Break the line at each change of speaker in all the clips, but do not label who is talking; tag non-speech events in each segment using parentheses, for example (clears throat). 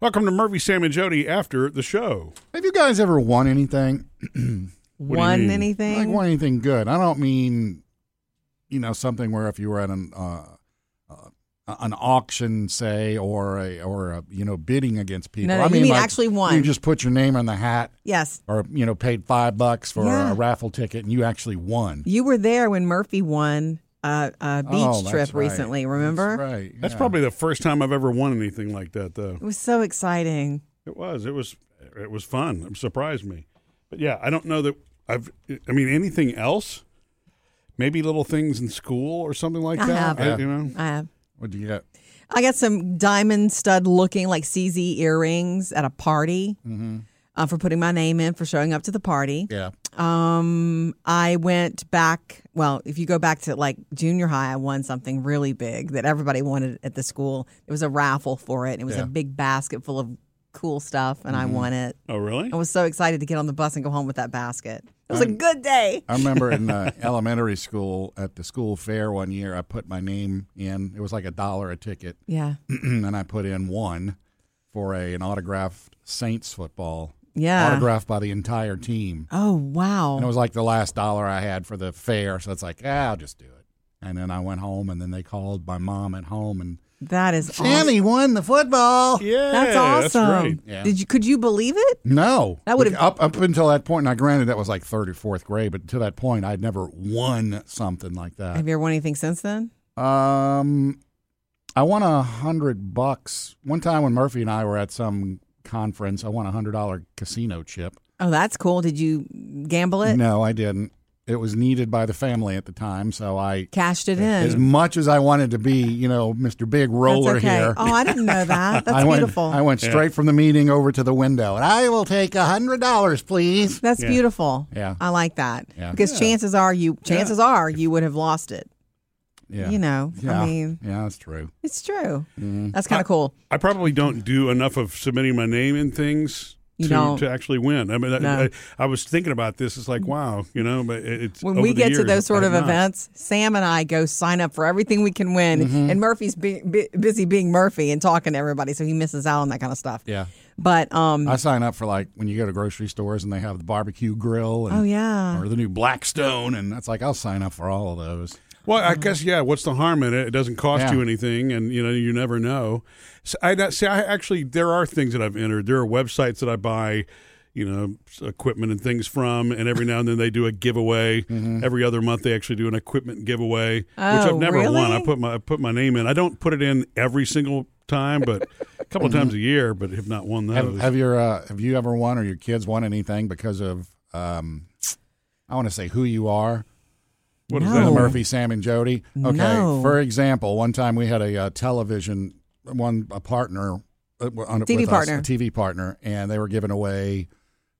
Welcome to Murphy, Sam, and Jody after the show.
Have you guys ever won anything?
you mean?
Won anything?
Like won anything good? I don't mean, you know, something where if you were at an uh, uh, an auction, say, or a or a, you know bidding against people.
No, no,
I
you
mean,
mean
like,
actually won.
You just put your name on the hat,
yes.
or you know, paid five bucks for
Yeah.
a raffle ticket, and you actually won.
You were there when Murphy won a, a beach
Oh, that's right.
trip recently,
That's
remember?
right.
That's
yeah.
probably the first time I've ever won anything like that, though.
It was so exciting.
It was. It was. It was fun. It surprised me. But yeah, I don't know that I've. I mean, anything else? Maybe little things in school or something like
I
that.
have.
you know.
I have.
What'd you get?
I got some diamond stud looking like CZ earrings at a party uh, for putting my name in for showing up to the party.
Mm-hmm. Yeah.
Um, I went back. Well, if you go back to like junior high, I won something really big that everybody wanted at the school. It was a raffle for it. And it was
Yeah. Mm-hmm.
a big basket full of cool stuff, and I won it.
Oh, really?
I was so excited to get on the bus and go home with that basket. It was a good day.
I remember in
(laughs)
uh, elementary school at the school fair one year, I put my name in. It was like a dollar a ticket, (clears throat)
Yeah,
and I put in one for a, an autographed Saints football,
yeah.
autographed by the entire team.
Oh
And it
wow.
was like the last dollar I had for the fair, so it's like, ah, I'll just do it. And then I went home, and then they called my mom at home, and
That is awesome.
Sammy won the football.
yeah.
That's awesome.
great.
Yeah.
Did you? Could you believe it?
No,
That would've-
up up until that point. Now, granted, that was like third or fourth grade, but to that point, I'd never won something like that.
Have you ever won anything since then?
Um, I won a hundred bucks one time when Murphy and I were at some conference. I won a hundred dollar casino chip.
Oh, that's cool. Did you gamble it?
No, I didn't. It was needed by the family at the time, so I,
Cashed it
as
in.
much as I wanted to be, you know, Mister Big Roller
that's okay.
here.
Oh, I didn't know
(laughs)
that. That's
I went,
beautiful.
I went straight from the meeting over to the window, and I will take a hundred dollars, please.
That's
Yeah.
beautiful.
Yeah.
I like that.
Yeah.
Because
Yeah.
chances are you chances are you would have lost it.
Yeah,
(laughs) You know.
yeah, Mm-hmm.
I mean,
yeah, that's true.
it's true. That's kind of cool.
I probably don't do enough of submitting my name in things.
You
to,
don't.
to actually win. I mean, I-
No.
I, I was thinking about this. It's like, wow, you know, but it- it's
When
over
we
the
get to
years,
those sort
I
of
have not.
events, Sam and I go sign up for everything we can win.
Mm-hmm.
And Murphy's be, bu- busy being Murphy and talking to everybody, so he misses out on that kind of stuff.
Yeah.
But um,
I sign up for like when you go to grocery stores and they have the barbecue grill. And
oh yeah,
or the new Blackstone, and that's like I'll sign up for all of those.
Well,
Mm-hmm.
I guess yeah. What's the harm in it? It doesn't cost
Yeah.
you anything, and you know you never know. So I that- see. I actually there are things that I've entered. There are websites that I buy, you know, s- equipment and things from, and every now and then they do a giveaway. Every other month they actually do an equipment giveaway, which I've
Mm-hmm. Oh,
never won. I
really?
put my I put my name in. I don't put it in every single time, but a couple
Mm-hmm.
of times a year. But have not won those.
Have, have your uh, have you ever won or your kids won anything because of um, I want to say who you are?
What is
Is that
No.
Murphy, Sam, and Jody? Okay,
No.
for example, one time we had a uh, television one a partner uh, on,
TV
with us,
partner.
a TV partner, and they were giving away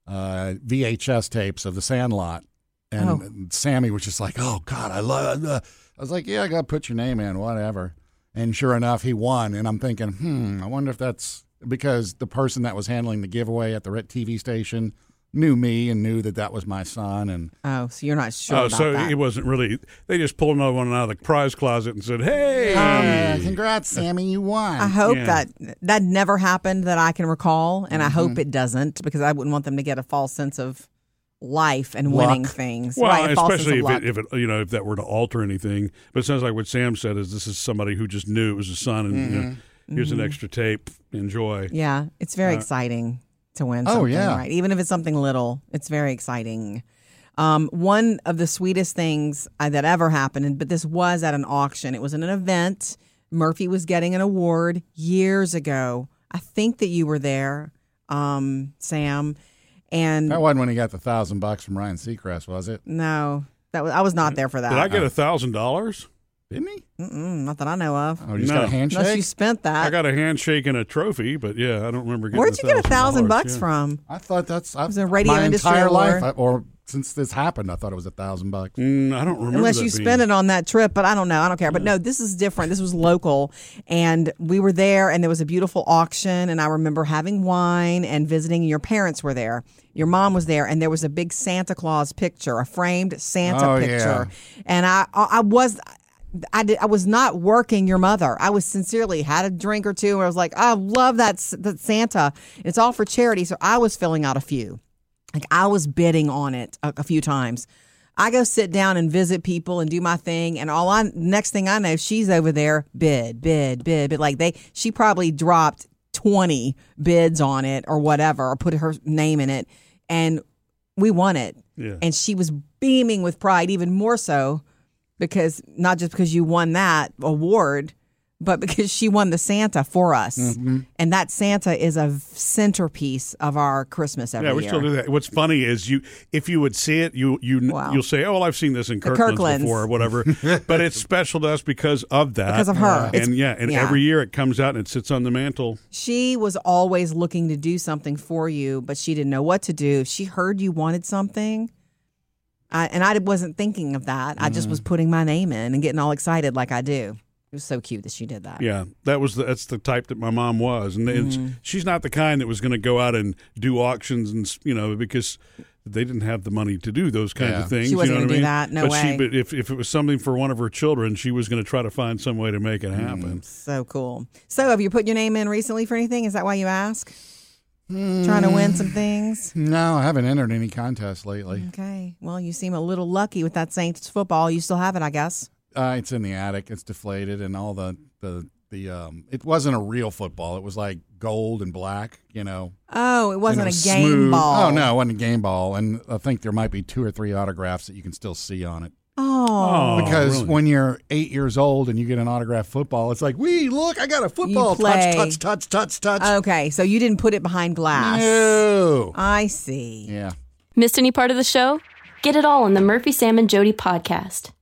uh, VHS tapes of The Sandlot, and
Oh.
Sammy was just like, "Oh God, I love." Uh, I was like, "Yeah, I got to put your name in, whatever." And sure enough, he won. And I'm thinking, hmm, I wonder if that's because the person that was handling the giveaway at the red TV station knew me and knew that that was my son. And
oh, so you're not sure.
Oh,
about
so
that.
it wasn't really. They just pulled another one out of the prize closet and said, "Hey,
"Ah, congrats, Sammy, you won.
I hope
Yeah.
that that never happened that I can recall, and I
Mm-hmm.
hope it doesn't because I wouldn't want them to get a false sense of life and
Luck.
winning things.
Well,
right, a false sense
especially
of
if
luck.
it, if it, you know, if that were to alter anything. But it sounds like what Sam said is this is somebody who just knew it was his son, and you know, here's an extra tape. Enjoy.
Mm-hmm. yeah, it's very
Uh,
exciting to win.
Oh,
Something,
yeah.
right. Even if it's something little, it's very exciting. Um, one of the sweetest things I, that ever happened, and- but this was at an auction. It was in an event. Murphy was getting an award years ago. I think that you were there, um, Sam, and
That wasn't when he got the thousand bucks from Ryan Seacrest, was it?
No, that was I was not there for that.
Did I get a thousand dollars?
Didn't he?
Mm-mm, not that I know of.
Oh, you just
No.
got a handshake.
Unless you spent
I
that.
got a handshake and a trophy, but yeah, I don't remember. Getting
Where'd you get a thousand bucks
yeah.
from?
I thought that's I,
was a radio
my
industry
entire
award.
life, I, or since this happened, I thought it was a thousand bucks.
Mm, I don't remember.
Unless
that
you
being-
spent it on that trip, but I don't know. I don't care. But no, this is different. This was local, and we were there, and there was a beautiful auction, and I remember having wine and visiting. and Your parents were there. Your mom was there, and there was a big Santa Claus picture, a framed Santa
Oh, yeah.
picture, and I I I was. I did. I was not working your mother. I was sincerely had a drink or two, and I was like, I love that s- that Santa. It's all for charity, so I was filling out a few. Like I was bidding on it a, a few times. I go sit down and visit people and do my thing, and all I next thing I know, she's over there bid, bid, bid, bid. Like they, she probably dropped twenty bids on it or whatever, or put her name in it, and we won it.
Yeah.
And she was beaming with pride, even more so because not just because you won that award, but (laughs) because she won the Santa for us.
Mm-hmm.
And that Santa is a v- centerpiece of our Christmas every
Yeah, we
year.
still do that. What's funny is you, if you would see it, you you
Wow.
you'll say, "Oh, well, I've seen this in Kirkland's,
Kirklands.
before, or whatever." but it's special to us because of that,
Because of her.
and
It's-
yeah, and
yeah.
every year it comes out and it sits on the mantle.
she was always looking to do something for you, but she didn't know what to do. If she heard you wanted something, I, and I wasn't thinking of that. I just
Mm-hmm.
was putting my name in and getting all excited like I do. It was so cute that she did that.
Yeah, that was the, that's the type that my mom was, and, and
Mm.
she's not the kind that was going to go out and do auctions and s- you know because they didn't have the money to do those kinds
Yeah.
of things.
She wasn't
you know
gonna do
what I mean?
that, no
but
way.
She, but if if it was something for one of her children, she was going to try to find some way to make it happen.
Mm.
So cool. So, have you put your name in recently for anything? Is that why you ask? Trying to win
Hmm.
some things?
No, I haven't entered any contests lately.
Okay. Well, you seem a little lucky with that Saints football. You still have it, I guess.
Uh, it's in the attic. It's deflated, and all the the the um. It wasn't a real football. It was like gold and black. You know,
Oh, it wasn't
And it was
a game
smooth.
ball.
Oh no, it wasn't a game ball. And I think there might be two or three autographs that you can still see on it.
Oh,
Oh,
Because
really?
when you're eight years old and you get an autographed football, it's like, "Wee, look, I got a football!
play. Oh,
Touch, touch, touch, touch, touch."
okay. So you didn't put it behind glass.
Oh. no.
I see.
Yeah.
Missed any part of the show? Get it all on the Murphy, Sam, and Jody podcast.